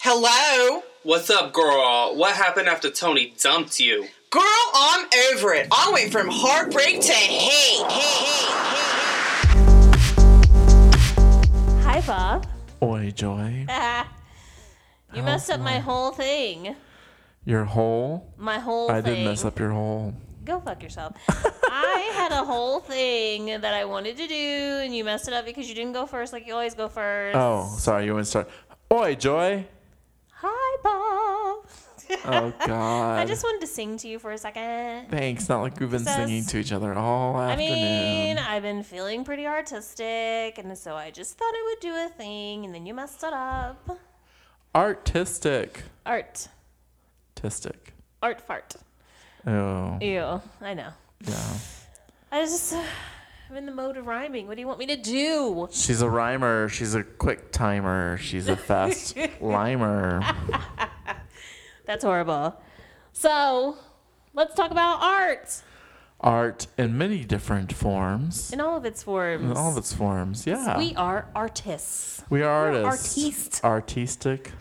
hello? What's up, girl? What happened after Tony dumped you? Girl, I'm over it. I went from heartbreak to hate, hate, hate, hate. Hi, Bob. Oi, Joy. Ah, you Oh, messed up my my. whole thing. Your hole? My whole I thing. did mess up your hole. Go fuck yourself. I had a whole thing that I wanted to do, and you messed it up because you didn't go first like you always go first. Oh, sorry, you wouldn't start. Oi, Joy. Hi, Bob. Oh, God. I just wanted to sing to you for a second. Thanks. Not like we've been Says- singing to each other all I afternoon. mean, I've been feeling pretty artistic, and so I just thought I would do a thing, and then you messed it up. Artistic. Art. Tistic. Art fart. Oh, Ew. I know. yeah. I was just. I'm in the mode of rhyming. What do you want me to do? She's a rhymer. She's a quick timer. She's a fast limer. That's horrible. So, let's talk about art Art in many different forms. in all of its forms. In all of its forms, yeah. we are artists, we are we're artists. artiste. Artistic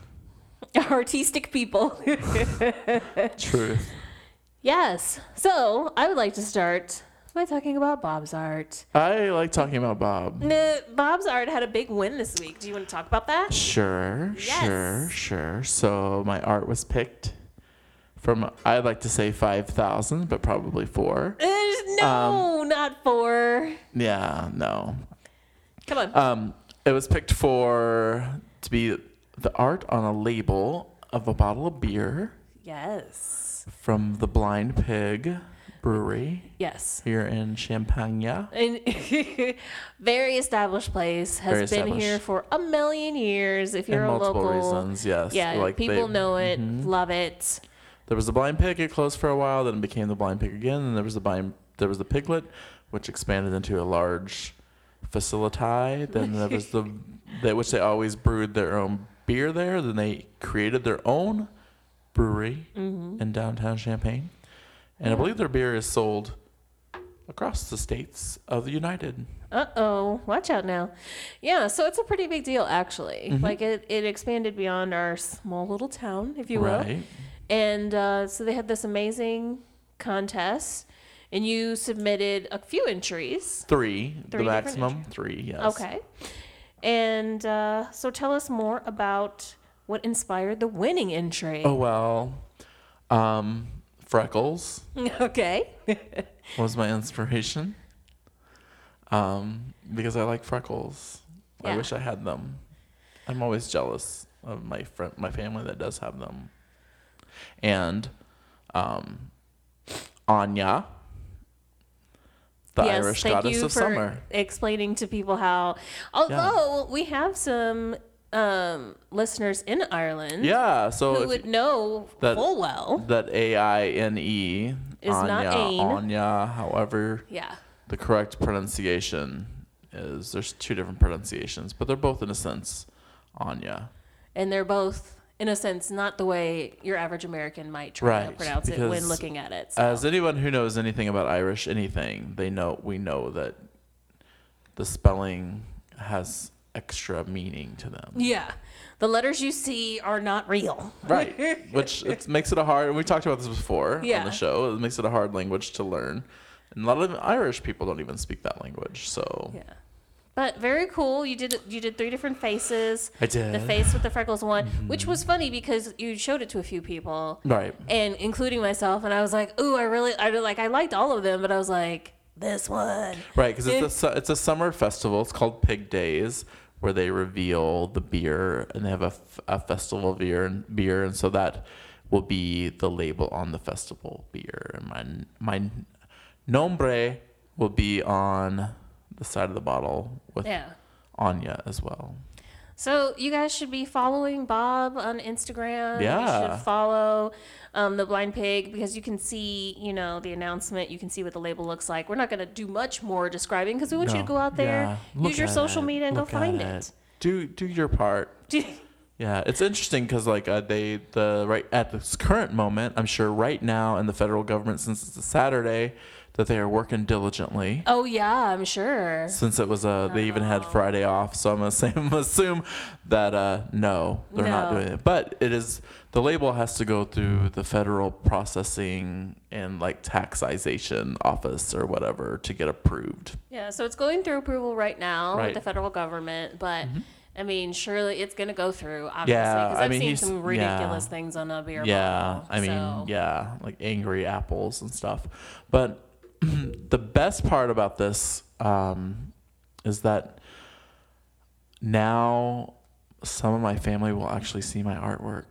artistic people. truth. yes. So, I would like to start by talking about Bob's art. I like talking about Bob. Nah, Bob's art had a big win this week. Do you want to talk about that? Sure, sure, Yes. sure. So my art was picked from I'd like to say five thousand, but probably four. Uh, Um, no, not four. Yeah, no. Come on. Um, it was picked for to be the art on a label of a bottle of beer yes. from the Blind Pig Brewery Yes. here in Champagne. And very established place has Very been here established. for a million years. If you're and a multiple local, reasons, yes. yeah, Like they- Mm-hmm. people know it, love it. There was the blind pig. It closed for a while. Then it became the blind pig again. And there was the blind. There was the piglet, which expanded into a large facility. Then there was the they, which they always brewed their own beer there. Then they created their own brewery Mm-hmm. in downtown Champaign, and I believe their beer is sold across the states of the United. Uh oh, watch out now. Yeah, so it's a pretty big deal actually. Mm-hmm. Like it, it expanded beyond our small little town, if you will. Right. And uh, so they had this amazing contest, and you submitted a few entries. Three, Three the different maximum three. Yes. Okay. And uh, so tell us more about what inspired the winning entry. Oh well, um, freckles. Okay. was my inspiration. Um, because I like freckles. Yeah. I wish I had them. I'm always jealous of my friend, my family that does have them. And um, Anya, the Irish goddess of summer. explaining to people how. Although we have some um, listeners in Ireland Yeah, who so if would know that- full well. that A I N E Is not Anya, ain. Anya, however Yeah. the correct pronunciation is. There's two different pronunciations, but they're both in a sense Anya. And they're both, in a sense, not the way your average American might try to Right, pronounce it when because uh, looking at it. So. As anyone who knows anything about Irish anything, they know we know that the spelling has extra meaning to them. yeah. The letters you see are not real. Right. Which it makes it a hard and we talked about this before on Yeah. the show. It makes it a hard language to learn. And a lot of Irish people don't even speak that language. So Yeah. But very cool. You did you did three different faces. I did. Mm-hmm. The face with the freckles one, which was funny because you showed it to a few people. Right. And including myself and I was like, "Ooh, I really I really- like I liked all of them, but I was like, this one." Right, because it's a su- it's a summer festival. It's called Pig Days, where they reveal the beer and they have a, f- a festival beer and beer, and so that will be the label on the festival beer. And my my nombre will be on the side of the bottle with Yeah. Anya as well. So you guys should be following Bob on Instagram. You Yeah. should follow um, the Blind Pig because you can see, you know, the announcement. You can see what the label looks like. We're not going to do much more describing because we want you No, to go out there, yeah, look use your at social it, media, and go look at find Do do your part. it. Yeah, it's interesting because like uh, they the right at this current moment, I'm sure right now in the federal government, since it's a Saturday, that they are working diligently. Oh yeah, I'm sure. Since it was uh, they even had Friday off, so I'm gonna say I'm gonna assume that uh, no, they're not No. doing it. But it is the label has to go through the federal processing and like taxization office or whatever to get approved. Yeah, so it's going through approval right now Right. Mm-hmm. with the federal government, but I mean, surely it's going to go through. Obviously, Yeah, because I I've mean, seen he's- some ridiculous yeah. things on a beer Yeah, bottle, I mean, so- yeah, like angry apples and stuff. But the best part about this um, is that now some of my family will actually see my artwork.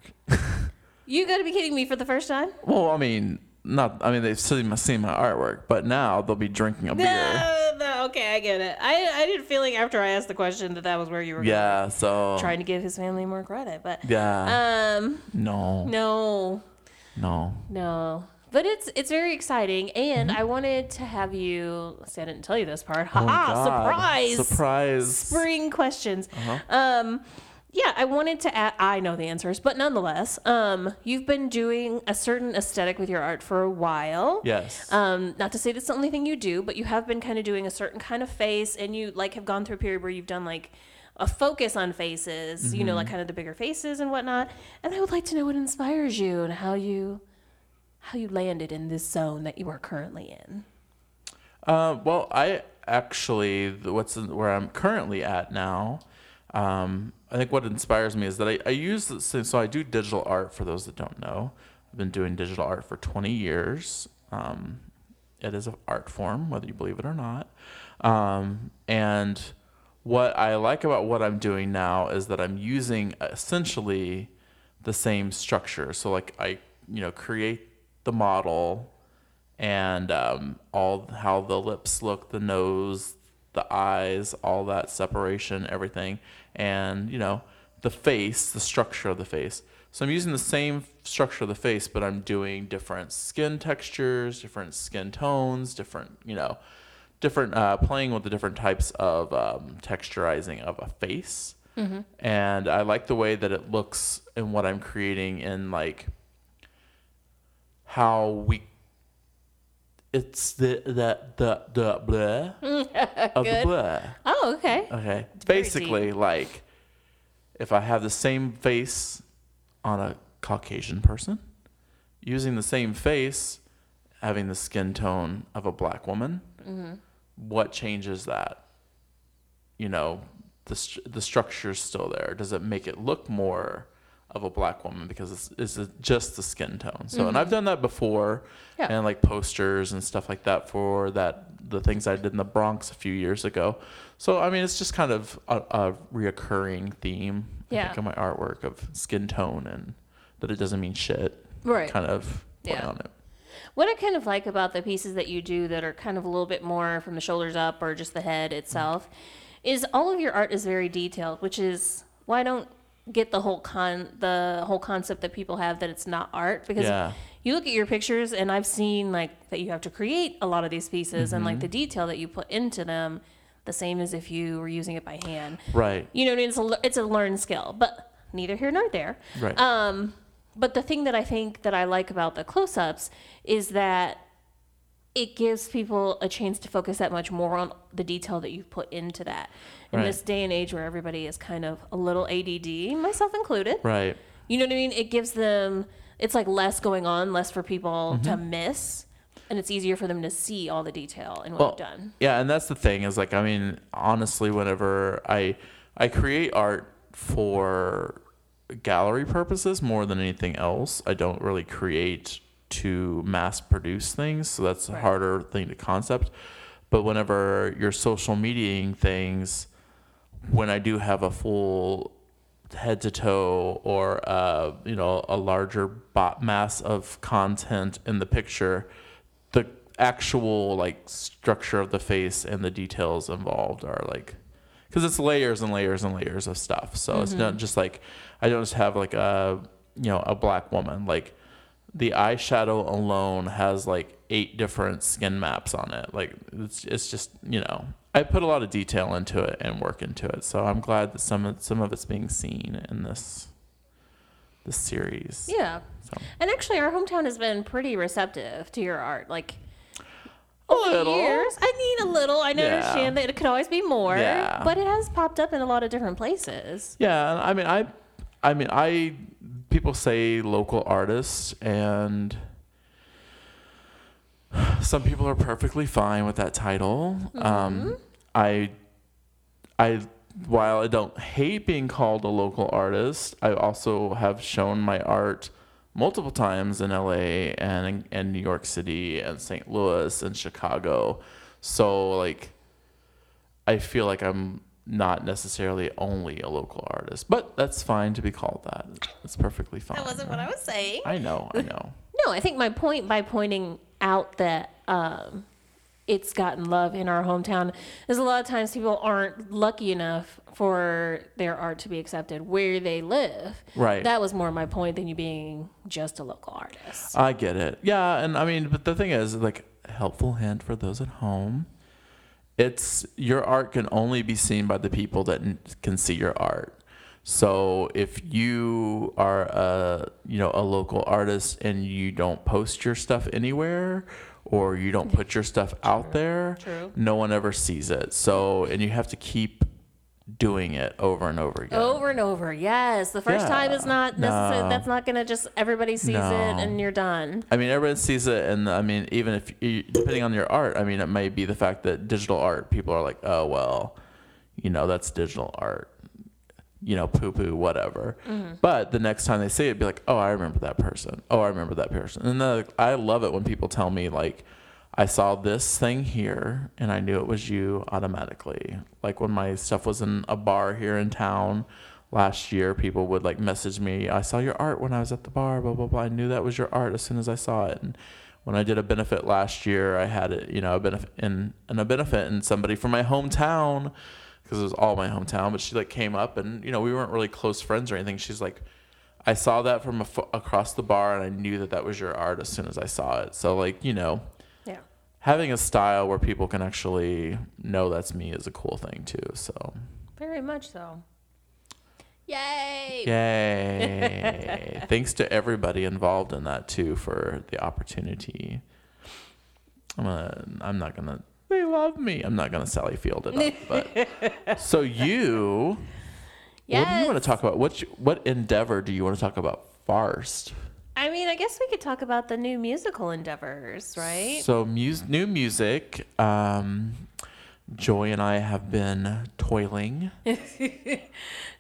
You got to be kidding me for the first time. Well, I mean, not. I mean, they've seen my, seen my artwork, but now they'll be drinking a beer. No, no, okay, I get it. I I did feeling after I asked the question that that was where you were Yeah. So. trying to give his family more credit, but yeah. um, no. no, No. No. But it's it's very exciting, and I wanted to have you. See, I didn't tell you this part. Mm-hmm. Oh, Ha ha! God. Ah, surprise! Surprise. Spring questions. Um, yeah, I wanted to. Add, I know the answers, but nonetheless, um, you've been doing a certain aesthetic with your art for a while. Yes. Um, not to say that's the only thing you do, but you have been kind of doing a certain kind of face, and you like have gone through a period where you've done like a focus on faces, you know, like kind of the bigger faces and whatnot. And I would like to know what inspires you and how you how you landed in this zone that you are currently in. Uh, well, I actually th- what's in, where I'm currently at now. Um, I think what inspires me is that I, I use the, so so I do digital art. For those that don't know, I've been doing digital art for 20 years. Um, it is an art form, whether you believe it or not. Um, and what I like about what I'm doing now is that I'm using essentially the same structure. So like I you know create the model and um, all how the lips look, the nose, the eyes, all that separation, everything, and you know the face, the structure of the face. So I'm using the same structure of the face, but I'm doing different skin textures, different skin tones, different you know, different uh, playing with the different types of um, texturizing of a face. And I like the way that it looks and what I'm creating in like how we it's the the the the blur of the Good. blur. Oh, okay. Okay, very basically like if I have the same face on a Caucasian person, using the same face, having the skin tone of a black woman, Mm-hmm. what changes that? You know, the st- the structure's still there. Does it make it look more of a black woman because it's, it's a- just the skin tone? So, and I've done that before, Mm-hmm. Yeah. and like posters and stuff like that for that the things I did in the Bronx a few years ago. So, I mean, it's just kind of a, a reoccurring theme. I Yeah. think, of my artwork of skin tone and that it doesn't mean shit. Right. Kind of play Yeah. on it. What I kind of like about the pieces that you do that are kind of a little bit more from the shoulders up or just the head itself is all of your art is very detailed, which is why I don't get the whole con the whole concept that people have that it's not art because Yeah. you look at your pictures and I've seen like that you have to create a lot of these pieces and like the Mm-hmm. detail that you put into them the same as if you were using it by hand. Right. You know, what I mean? it's a le- it's a learned skill, but neither here nor there. Right. But the thing that I think that I like about the close-ups is that it gives people a chance to focus that much more on the detail that you've put into that. In Right. this day and age where everybody is kind of a little ADD, myself included. right. You know what I mean? It gives them it's like less going on, less for people Mm-hmm. to miss, and it's easier for them to see all the detail in what you've done. Yeah, and that's the thing is like I mean, honestly, whenever I I create art for gallery purposes more than anything else, I don't really create to mass produce things, so that's a harder thing to concept. But whenever you're social mediating things, when I do have a full head to toe or uh, you know a larger bo- mass of content in the picture, the actual like structure of the face and the details involved are like because it's layers and layers and layers of stuff. So it's not just like I don't just have like a you know a black woman like the eyeshadow alone has like eight different skin maps on it. Like it's it's just you know I put a lot of detail into it and work into it. So I'm glad that some of, some of it's being seen in this this series. Yeah. So. And actually our hometown has been pretty receptive to your art. Like over the little. years. I mean, a little. I know Yeah. understand that it could always be more, Yeah. but it has popped up in a lot of different places. Yeah, and I mean, I, I mean, I. People say local artists, and some people are perfectly fine with that title. Mm-hmm. Um, I, I, while I don't hate being called a local artist, I also have shown my art multiple times in L.A. and and New York City and St. Louis and Chicago. So like. I feel like I'm not necessarily only a local artist, but that's fine to be called that. It's perfectly fine. That wasn't what I was saying. I know, I know. No, I think my point by pointing out that um, it's gotten love in our hometown is a lot of times people aren't lucky enough for their art to be accepted where they live. Right. That was more my point than you being just a local artist. I get it. Yeah, and I mean, but the thing is, like, helpful hint for those at home. It's your art can only be seen by the people that n- can see your art. So if you are a you know a local artist and you don't post your stuff anywhere or you don't put your stuff out there, True. no one ever sees it. So and you have to keep doing it over and over again. Over and over, yes. The first Yeah. time is not necessarily. No. That's not gonna just everybody sees No. it and you're done. I mean, everyone sees it, and I mean, even if you, depending on your art, I mean, it may be the fact that digital art people are like, oh well, you know, that's digital art, you know, poo poo, whatever. But the next time they see it, be like, oh, I remember that person. Oh, I remember that person. And then, like, I love it when people tell me like, I saw this thing here, and I knew it was you automatically. Like when my stuff was in a bar here in town last year people would like message me i saw your art when i was at the bar blah blah blah i knew that was your art as soon as i saw it and when i did a benefit last year i had it you know a benefit in and a benefit and somebody from my hometown because it was all my hometown but she like came up and you know we weren't really close friends or anything she's like i saw that from afo- across the bar and i knew that that was your art as soon as i saw it so like you know Yeah. having a style where people can actually know that's me is a cool thing too so Very much so. Yay! Yay. Thanks to everybody involved in that too for the opportunity. I'm gonna I'm not gonna they love me. I'm not gonna Sally Field it up, but so you what do you want Yes. to talk about? What you, what endeavor do you want to talk about first? I mean, I guess we could talk about the new musical endeavors, right? So mus- new music. Um, Joy and I have been toiling.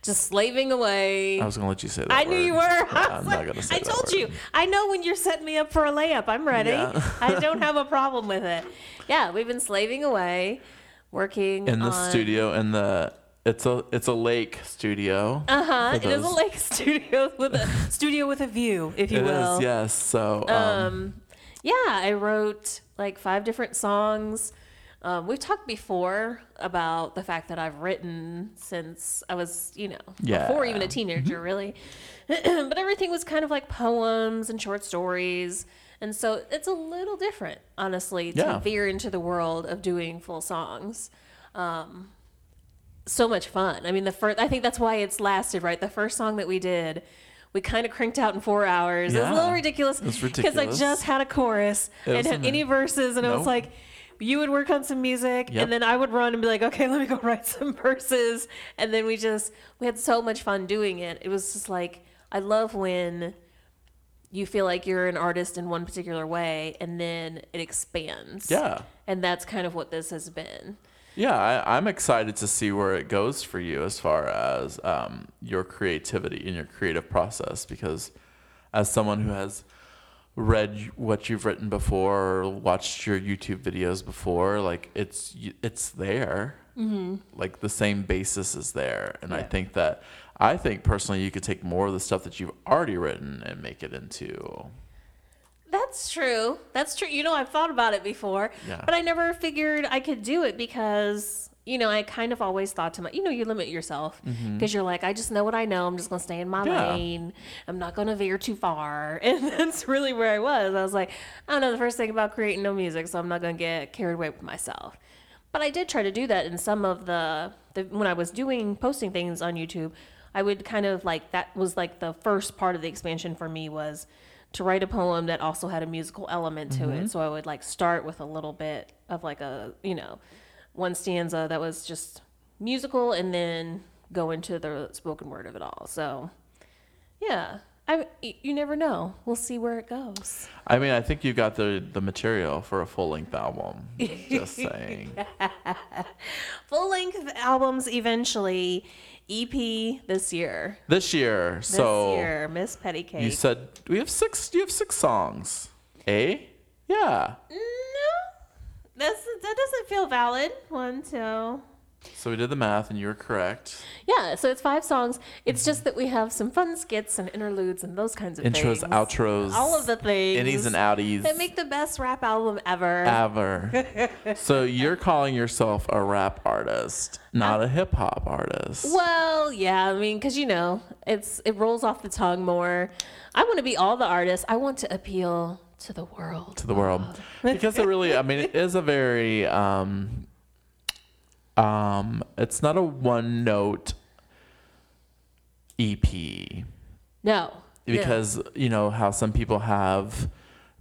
Just slaving away. I was gonna let you say that. I knew word. you were. Yeah, I I'm was not like- gonna say I that told word. you. I know when you're setting me up for a layup. I'm ready. Yeah. I don't have a problem with it. Yeah, we've been slaving away, working in the on- studio in the it's a it's a lake studio. Uh huh. It for is a those- lake studio with a studio with a view, if you It is will. yes. So um, um, yeah, I wrote like five different songs. Um, we've talked before about the fact that I've written since I was, you know, Yeah. Mm-hmm. before even a teenager, really. but everything was kind of like poems and short stories. And so it's a little different, honestly, to Yeah. veer into the world of doing full songs. Um, so much fun. I mean, the first, I think that's why it's lasted, right? The first song that we did, we kind of cranked out in four hours. It was a little Yeah. ridiculous It was because I ridiculous. just had a chorus It and was had amazing. any verses, and I was Nope. like, you would work on some music, Yep. and then I would run and be like, okay, let me go write some verses, and then we just we had so much fun doing it. It was just like I love when you feel like you're an artist in one particular way, and then it expands. yeah, and that's kind of what this has been. yeah. I, I'm excited to see where it goes for you as far as um, your creativity and your creative process, because as someone who has read what you've written before or watched your YouTube videos before, like it's it's there. Like the same basis is there, and I Mm-hmm. Yeah. think that I think personally you could take more of the stuff that you've already written and make it into That's true. That's true. You know, I've thought about it before, Yeah. but I never figured I could do it because, you know, I kind of always thought to my, you know, you limit yourself because you're like, I just know what I know. I'm just going to stay in my Yeah. lane. I'm not going to veer too far. And that's really where I was. I was like, I don't know the first thing about creating no music, so I'm not going to get carried away with myself. But I did try to do that in some of the, the when I was doing posting things on YouTube, I would kind of like that was like the first part of the expansion for me was to write a poem that also had a musical element to it. So I would like start with a little bit of like a, you know, one stanza that was just musical and then go into the spoken word of it all. So yeah, I you never know. We'll see where it goes. I mean, I think you got the the material for a full length album. Just saying. Full length albums eventually, EP this year. This year, This so year, eh? Miss Petty Cake. you said we have six. You have six songs. Eh? Yeah. No, that's that doesn't feel valid. One, two. So we did the math, and you were correct. Yeah, so it's five songs. It's just that we have some fun skits and interludes and those kinds of Intros, things. outros, all of the things. innies and outies. that make the best rap album ever. ever. so you're calling yourself a rap artist, not a hip hop artist. Well, yeah, I mean, because you know, it's it rolls off the tongue more. I want to be all the artists. I want to appeal to the world. to the world because it really i mean it is a very um um it's not a one note ep No, E because you know how some people have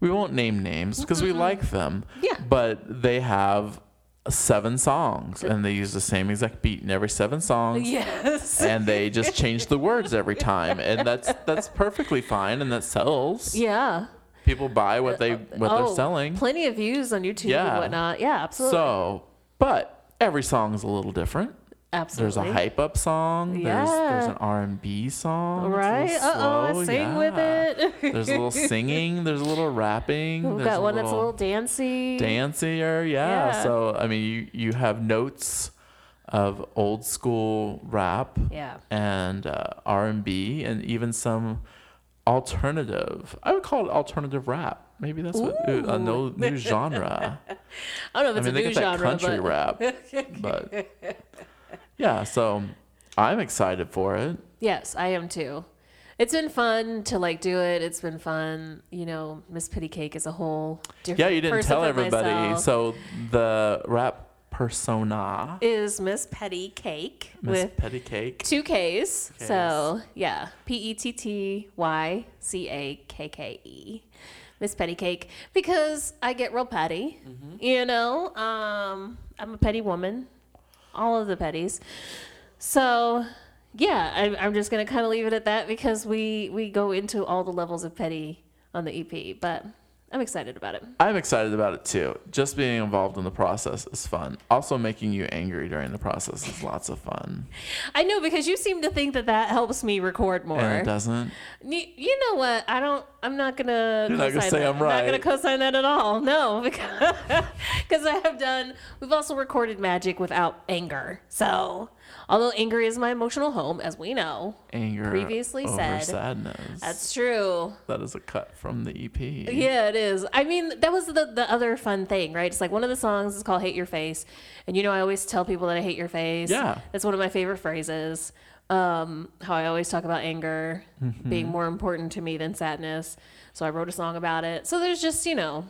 we won't name names because we like them Yeah. but they have seven songs and they use the same exact beat in every seven songs No. yes, and they just change the words every time and that's that's perfectly fine and that sells yeah. Oh, people buy what they what they're selling plenty of views on YouTube and Yeah. whatnot. Yeah, absolutely, So, but every song is a little different. There's absolutely. a hype up song. There's there's Yeah. an R and B song. right? It's a Uh little oh, I slow, sing with yeah. it. there's a little singing. There's a little rapping. We've there's got one that's a little dancey. dancier. Yeah. Yeah. So I mean, you you have notes of old school rap. Yeah. And uh, R and B, and even some alternative. I would call it alternative rap. Maybe that's what uh, a no, new genre. I don't know if it's I mean, they a new get that genre, country but rap, but yeah. So I'm excited for it. yes, I am too. It's been fun to like do it. It's been fun, you know. Miss Pity Cake is a whole different. Yeah, you didn't person tell from everybody. myself. So the rap persona, is Miss Petty Cake Miss with Petty Cake. two K's. So yeah, P E T T Y C A K K E, Miss Petty Cake, because I get real petty. Mm-hmm. You know, um, I'm a petty woman, all of the petties. So yeah, I, I'm just gonna kind of leave it at that because we we go into all the levels of petty on the EP, but I'm excited about it. I'm excited about it too. Just being involved in the process is fun. Also, making you angry during the process is lots of fun. I know because you seem to think that that helps me record more. And it doesn't. You, you know what? I don't. I'm not gonna. You're not gonna co-sign say that. I'm Not gonna right. co-sign that at all. No, because 'cause I have done. We've also recorded magic without anger. So, although anger is my emotional home, as we know, Anger Previously over said. sadness. that's true. that is a cut from the E EP. Yeah, it is. I mean, that was the the other fun thing, right? It's like one of the songs is called "Hate Your Face," and you know I always tell people that I hate your face. Yeah. that's one of my favorite phrases. Um, how I always talk about anger being more important to me than sadness. So I wrote a song about it. So there's just you know,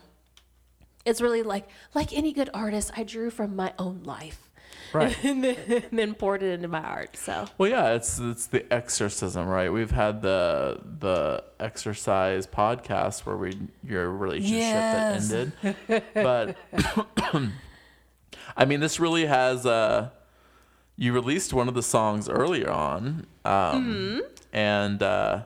it's really like like any good artist, I drew from my own life Right. and then, and then poured it into my art. So Well, yeah, it's it's the exorcism, right? We've had the the exercise podcast where we your relationship Yes. that ended, but I mean, this really has. Uh, you released one of the songs earlier on, Mm-hmm. um, and uh,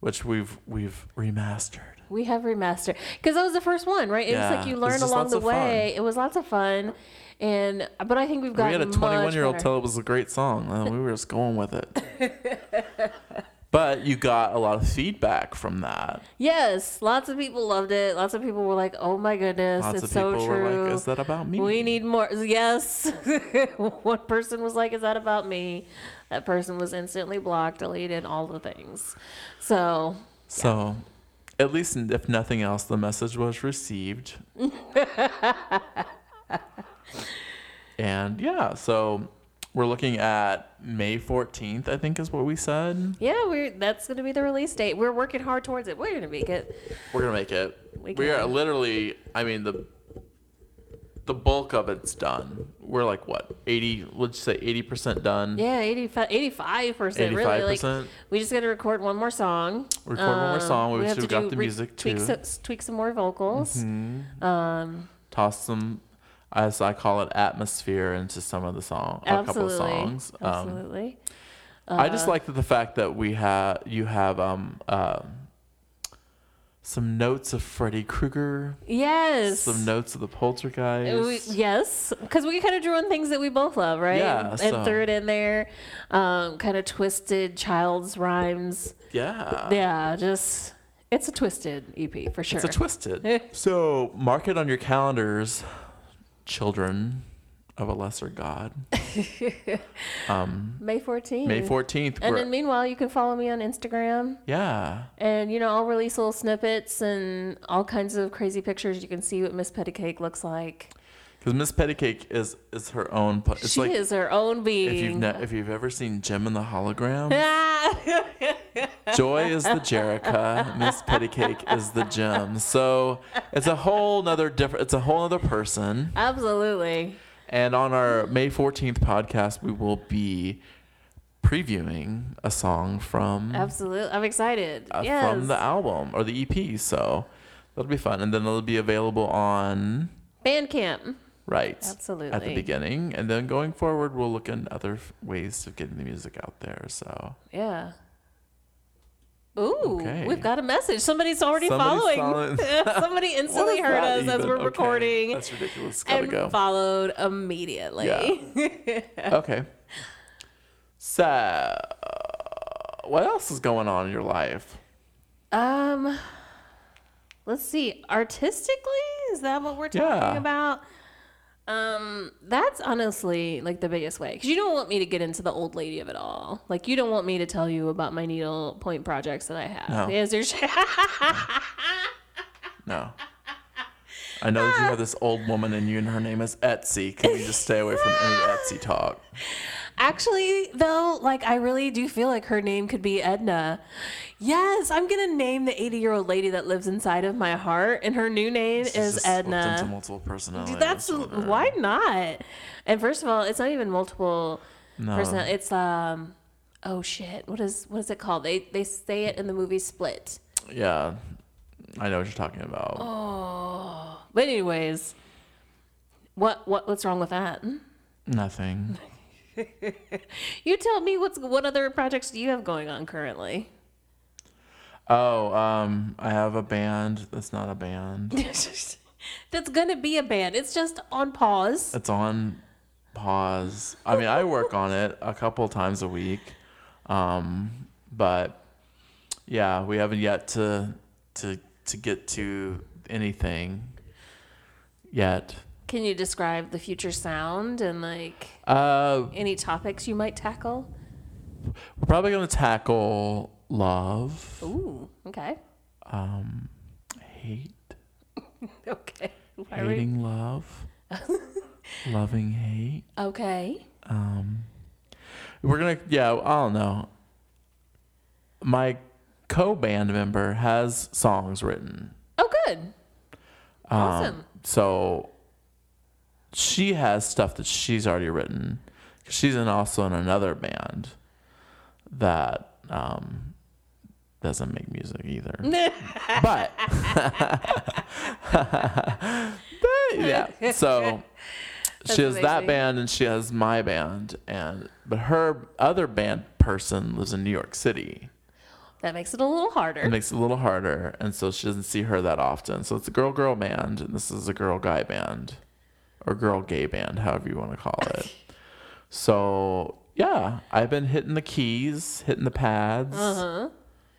which we've we've remastered. We have remastered because that was the first one, right? It was Yeah, like it you was learn just along lots the of fun. way. It was lots of fun, and but I think we've we gotten had a 21 much year old better. tell it was a great song and we were just going with it but you got a lot of feedback from that Yes, lots of people loved it. Lots of people were like, "Oh my goodness, lots it's of so people true." were like is that about me we need more. Yes, one person was like, "Is that about me?" That person was instantly blocked, deleted, all the things. So So, at least n- if nothing else, the message was received. and yeah, so we're looking at May 14th, I think is what we said. yeah, we're that's going to be the release date. We're working hard towards it. We're going to make it. We're going to make it. We We, are can. literally, I mean, the the bulk of it's done. We're like what eighty? Let's say eighty percent done. Yeah, 85 percent really. Like 85%. we just got to record one more song. Um, Record one more song. We have should've to got do the re- music, Mm-hmm. tweak too. Some, s- tweak some more vocals. Toss some, as I call it, atmosphere into some of the song, Absolutely. a couple of songs. Um, Absolutely. I Uh-huh. just like that the fact that we have you have um um some notes of Freddy Krueger, yes. some notes of the Uh, we- Poltergeist. yes, because we kind of drew on things that we both love, right? Yeah, and, so- threw it in there, um, kind of twisted child's rhymes. yeah. yeah, just it's a twisted EP for sure. Uh, It's a twisted. so mark it on your calendars, children of a lesser god. May 14th. May 14th. And we're- then meanwhile, you can follow me on Instagram. yeah. And you know, I'll release little snippets and all kinds of crazy pictures. You can see what Miss Pettycake looks like. Because Miss Pettycake is is her own. pu- It's she like is her own being. if you've ne- if you've ever seen Jim and the Hologram, Ah! Joy is the Jerica, Miss Pettycake is the Jim. So it's a whole nother different. It's a whole other person. Absolutely. And on our May fourteenth podcast, we will be previewing a song from Absolutely. I'm excited. uh, yes. from the album or the EP. So that'll be fun, and then it'll be available on Bandcamp. right at the Absolutely. beginning, and then going forward, we'll look in other f- ways of getting the music out there. So Yeah. Ooh, Okay. we've got a message. Somebody's already Somebody's following. Somebody What instantly is heard that us as even? we're Okay, recording That's ridiculous. Gotta and go. followed immediately. Yeah. okay. So, what else is going on in your life? Um, let's see. Artistically, is that what we're talking Yeah. about? Um, that's honestly like the biggest way because you don't want me to get into the old lady of it all. Like you don't want me to tell you about my needle point projects that I have. No. Is there- No. I know that you have this old woman in you, and her name is Etsy. Can you just stay away from any Etsy talk? Actually, though, like I really do feel like her name could be Edna. Yes, I'm gonna name the 80 year old lady that lives inside of my heart, and her new name She's is just slipped Into Edna. multiple personalities. Dude, that's Whatever. why not? And first of all, it's not even multiple No. personal. It's um, oh shit, what is what is it called? They they say it in the movie Split. Yeah, I know what you're talking about. Oh. But anyways, what what what's wrong with that? Nothing. You tell me what's what other projects do you have going on currently? Oh, um, I have a band that's not a band. That's gonna be a band. It's just on pause. It's on pause. I mean, I work on it a couple times a week, um, but yeah, we haven't yet to to to get to anything yet. Can you describe the future sound and like Uh, any topics you might tackle? we're probably gonna tackle love, Ooh, okay. hate, Okay. Why are we- hating love, loving hate. Okay. We're gonna yeah, I don't know. My co band member has songs written. Oh, good. awesome. So she has stuff that she's already written. She's in also in another band that um doesn't make music either. but But, yeah. So she has That's that amazing. band and she has my band and but her other band person lives in New York City. That makes it a little It harder. makes it a little harder and so she doesn't see her that often. So it's a girl girl band and this is a girl guy band or girl gay band, however you want to call it. so yeah, I've been hitting the keys, hitting the pads,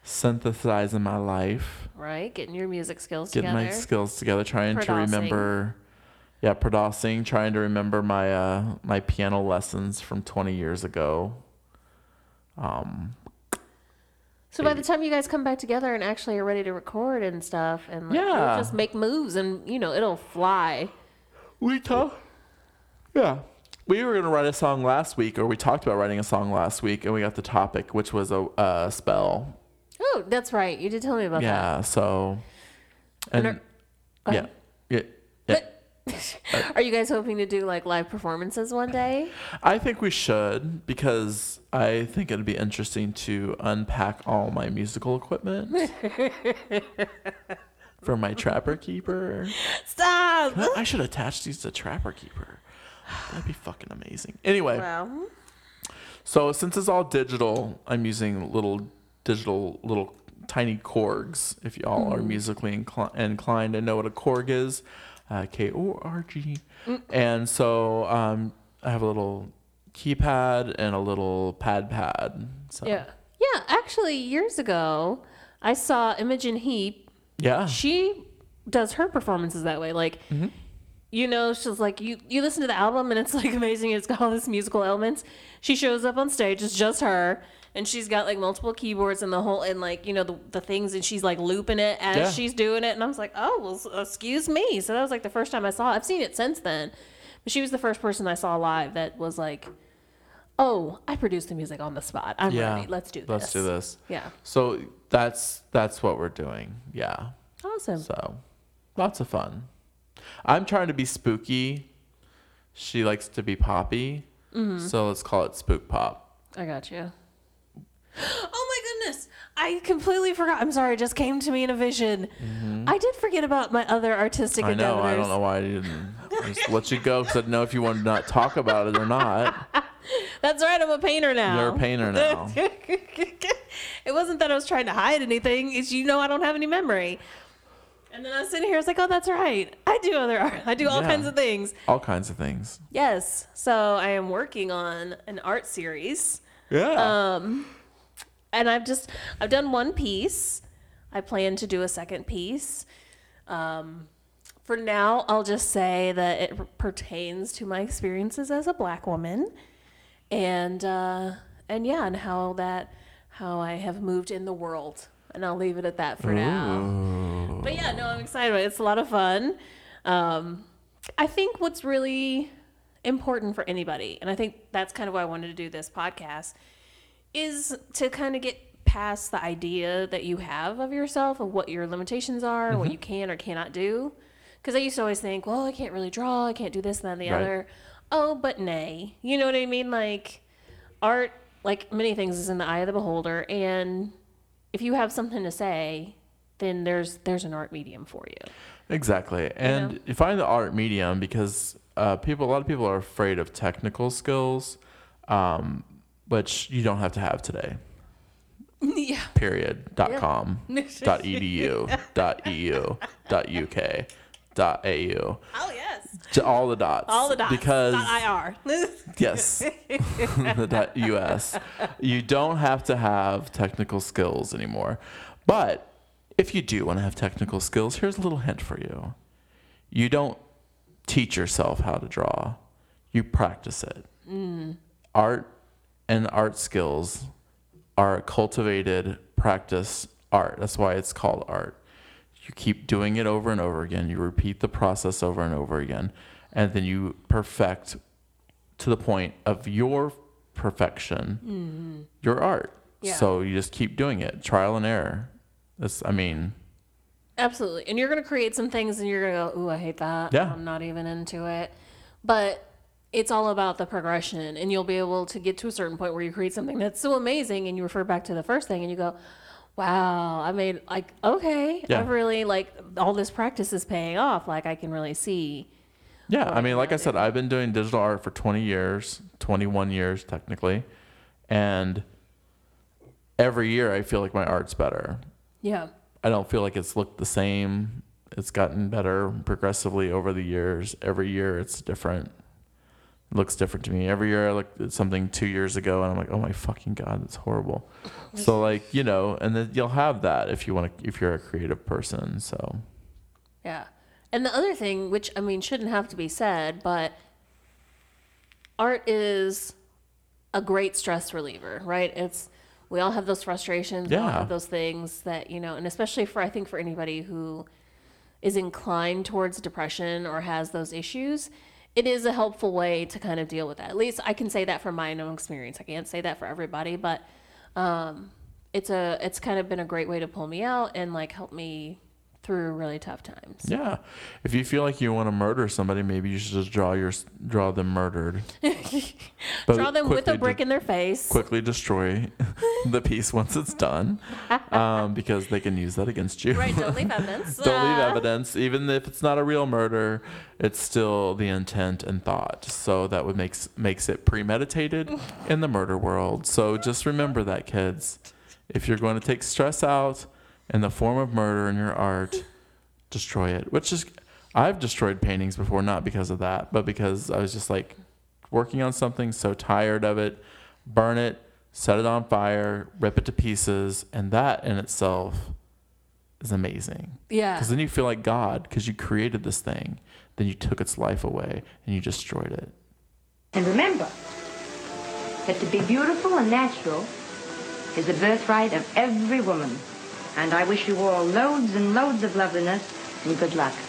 synthesizing my life. right? Getting your music skills getting together. my skills together, trying to Prodosing. remember. Yeah, prodosing, trying to remember my uh, my piano lessons from 20 years ago. so by the time you guys come back together and actually are ready to record and stuff and like, Yeah. you'll just make moves and you know, it'll fly. We talk. Yeah, we were gonna write a song last week, or we talked about writing a song last week, and we got the topic, which was a, a spell. Oh, that's right. You did tell me about Yeah, so and Under- yeah, yeah, yeah. that. Are you guys hoping to do like live performances one day? I think we should because I think it'd be interesting to unpack all my musical equipment from my Trapper Keeper. Stop. I I should attach these to Trapper Keeper. That'd be fucking amazing. Anyway, Wow. so since it's all digital, I'm using little digital little tiny Korgs. If y'all Mm. are musically incli- inclined and know what a Korg is, uh, K O R G. Mm. And so um, I have a little keypad and a little pad pad. So Yeah. Yeah. Actually, years ago, I saw Imogen Heap. yeah, She does her performances that way. Like, Mm-hmm. you know, she's like, you, you listen to the album and it's like amazing. It's got all these musical elements. She shows up on stage. It's just her. And she's got like multiple keyboards and the whole, and like, you know, the, the things, and she's like looping it as Yeah. she's doing it. And I was like, oh, well, s- excuse me. So that was like the first time I saw it. I've seen it since then. But she was the first person I saw live that was like, oh, I produced the music on the spot. I'm yeah. ready. Let's do this. Let's do this. Yeah. So that's that's what we're doing. Yeah. Awesome. So, lots of fun. I'm trying to be spooky. She likes to be poppy. So let's call it spook pop. I got you. Oh my goodness. I completely forgot. I'm sorry. It just came to me in a vision. I did forget about my other artistic Mm-hmm. I know. endeavors. I don't know why I didn't just let you go because I didn't know if you wanted to not talk about it or not. That's right. I'm a painter now. You're a painter now. it wasn't that I was trying to hide anything. It's you know I don't have any memory. And then I was sitting here. I was like, oh, that's right. I do other art. I do all Yeah. kinds of things. All kinds of things. Yes. So I am working on an art series. Yeah. and I've just I've done one piece. I plan to do a second piece. Um, for now, I'll just say that it pertains to my experiences as a black woman, and uh, and yeah, and how that how I have moved in the world, and I'll leave it at that for now. But yeah, no, I'm excited. about it. It's a lot of fun. Um, I think what's really important for anybody, and I think that's kind of why I wanted to do this podcast, is to kind of get past the idea that you have of yourself of what your limitations are, what you can or cannot do. Because I used to always think, well, I can't really draw, I can't do this, and that, and the Right. other. Oh, but nay. You know what I mean? Like, art, like many things, is in the eye of the beholder. And if you have something to say, then there's there's an art medium for you. Exactly. And you find the art medium because uh, people, a lot of people are afraid of technical skills, um, which you don't have to have today. yeah. period dot com dot edu dot eu dot uk dot au Oh yes. to all the dots All the dots. because Dot IR. yes the dot us you don't have to have technical skills anymore but if you do want to have technical skills here's a little hint for you you don't teach yourself how to draw you practice it art and art skills are cultivated practice art. That's why it's called art. You keep doing it over and over again. You repeat the process over and over again. And then you perfect to the point of your perfection your art. Yeah. So you just keep doing it. Trial and error. That's I mean, Absolutely. And you're going to create some things and you're going to go, ooh, I hate that. Yeah. I'm not even into it. But it's all about the progression. And you'll be able to get to a certain point where you create something that's so amazing and you refer back to the first thing and you go, wow, I made, like, okay, Yeah. I've really, like, all this practice is paying off. Like, I can really see. Oh, Yeah, I mean, like I said, I've been doing digital art for 20 years, 21 years technically, and every year I feel like my art's better. Yeah. I don't feel like it's looked the same. It's gotten better progressively over the years. Every year it's different. It looks different to me. Every year I look at something two years ago and I'm like, oh my fucking God, that's horrible. so like, you know, and then you'll have that if you want to, if you're a creative person. So Yeah. And the other thing, which I mean shouldn't have to be said, but art is a great stress reliever, right? It's we all have those frustrations, we all Yeah. have those things that, you know, and especially for I think for anybody who is inclined towards depression or has those issues, it is a helpful way to kind of deal with that. At least I can say that from my own experience. I can't say that for everybody, but um, it's a it's kind of been a great way to pull me out and like help me through really tough times. Yeah. If you feel like you want to murder somebody, maybe you should just draw your draw them murdered. But Draw them with a quickly brick de- in their face. quickly destroy the piece once it's done, um, because they can use that against you. Right, don't leave evidence. Don't leave Uh, evidence, even if it's not a real murder. It's still the intent and thought, so that would makes makes it premeditated in the murder world. So just remember that, kids. If you're going to take stress out in the form of murder in your art, destroy it. Which is, I've destroyed paintings before, not because of that, but because I was just like working on something, so tired of it, burn it, set it on fire, rip it to pieces, and that in itself is amazing. Yeah. Because then you feel like God, because you created this thing, then you took its life away and you destroyed it. And remember that to be beautiful and natural is the birthright of every woman. And I wish you all loads and loads of loveliness and good luck.